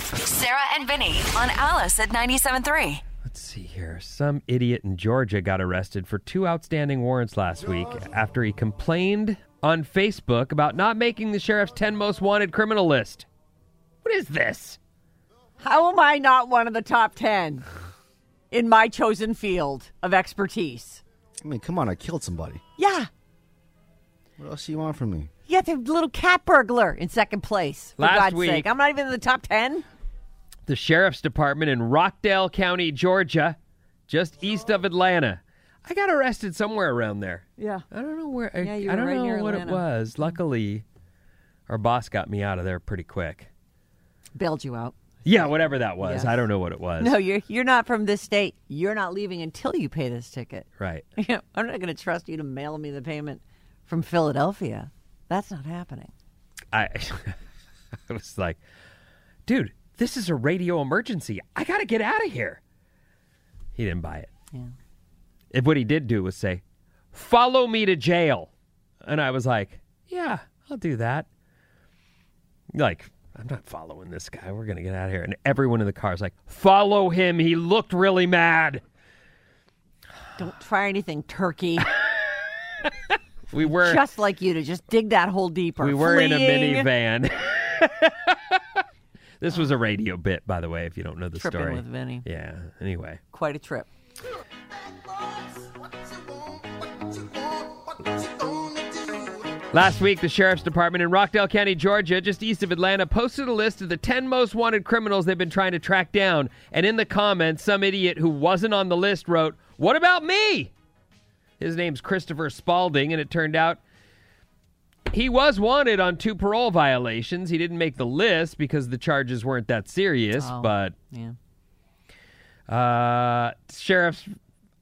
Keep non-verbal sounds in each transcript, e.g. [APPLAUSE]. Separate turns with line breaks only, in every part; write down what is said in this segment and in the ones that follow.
Sarah and Vinny on Alice at 97.3.
Let's see here. Some idiot in Georgia got arrested for two outstanding warrants last week after he complained on Facebook about not making the sheriff's 10 most wanted criminal list. What is this?
How am I not one of the top 10 in my chosen field of expertise?
I mean, come on, I killed somebody.
Yeah.
What else do you want from me?
You got the little cat burglar in second place. For
Last
God's
week-
sake. I'm not even in the top 10.
the sheriff's department in Rockdale County, Georgia, just east of Atlanta. I got arrested somewhere around there.
Yeah.
I don't know where. I,
Yeah, you
I
were
don't
right
know
near
what it
Atlanta. Mm-hmm.
was. Luckily, our boss got me out of there pretty quick.
Bailed you out.
Yeah, whatever that was.
Yeah.
I don't know what it was.
No, you're, you're not from this state. You're not leaving until you pay this [LAUGHS] ticket.
Right.
I'm not going to trust you to mail me the payment from Philadelphia. That's not happening.
I, [LAUGHS] I was like, dude, this is a radio emergency. I got to get out of here. He didn't buy it.
Yeah.
And what he did do was say, follow me to jail. And I was like, yeah, I'll do that. Like, I'm not following this guy. We're going to get out of here. And everyone in the car is like, follow him. He looked really mad.
Don't try
[LAUGHS]
anything turkey.
We were
Just like you to just dig that hole deeper.
we were in a
Fleeing.
minivan. [LAUGHS] this was a radio bit, by the way, if you don't know the
Tripping
story.
with Vinny.
Yeah. Anyway.
Quite a trip.
Last week, the sheriff's department in Rockdale County, Georgia, just east of Atlanta, posted a list of the 10 most wanted criminals they've been trying to track down. And in the comments, some idiot who wasn't on the list wrote, What about me? His name's Christopher Spalding, and it turned out he was wanted on two parole violations. He didn't make the list because the charges weren't that serious, but
Yeah.
uh, sheriff's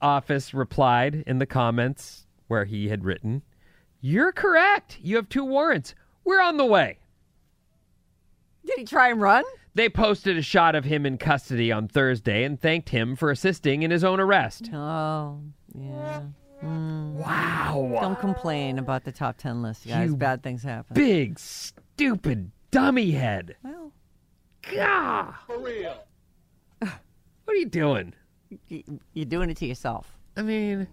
office replied in the comments where he had written, "You're correct. You have two warrants. We're on the way."
Did he try and run?
They posted a shot of him in custody on Thursday and thanked him for assisting in his own arrest.
Oh, yeah. Mm.
Wow.
Don't complain about the top 10 list, guys.
You
Bad things happen.
Big stupid dummy head.
well,
Gah. For real. What are you doing?
y- you're doing it to yourself.
I mean,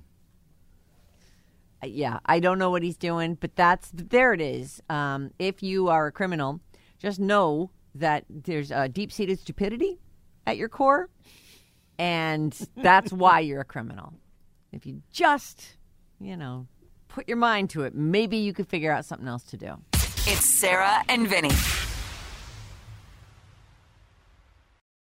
Uh, Yeah, I don't know what he's doing, but that's there it is. Um, if you are a criminal, just know that there's uh, deep seated stupidity at your core, and that's why you're a criminal. If you just, you know, put your mind to it, maybe you could figure out something else to do.
It's Sarah and Vinny.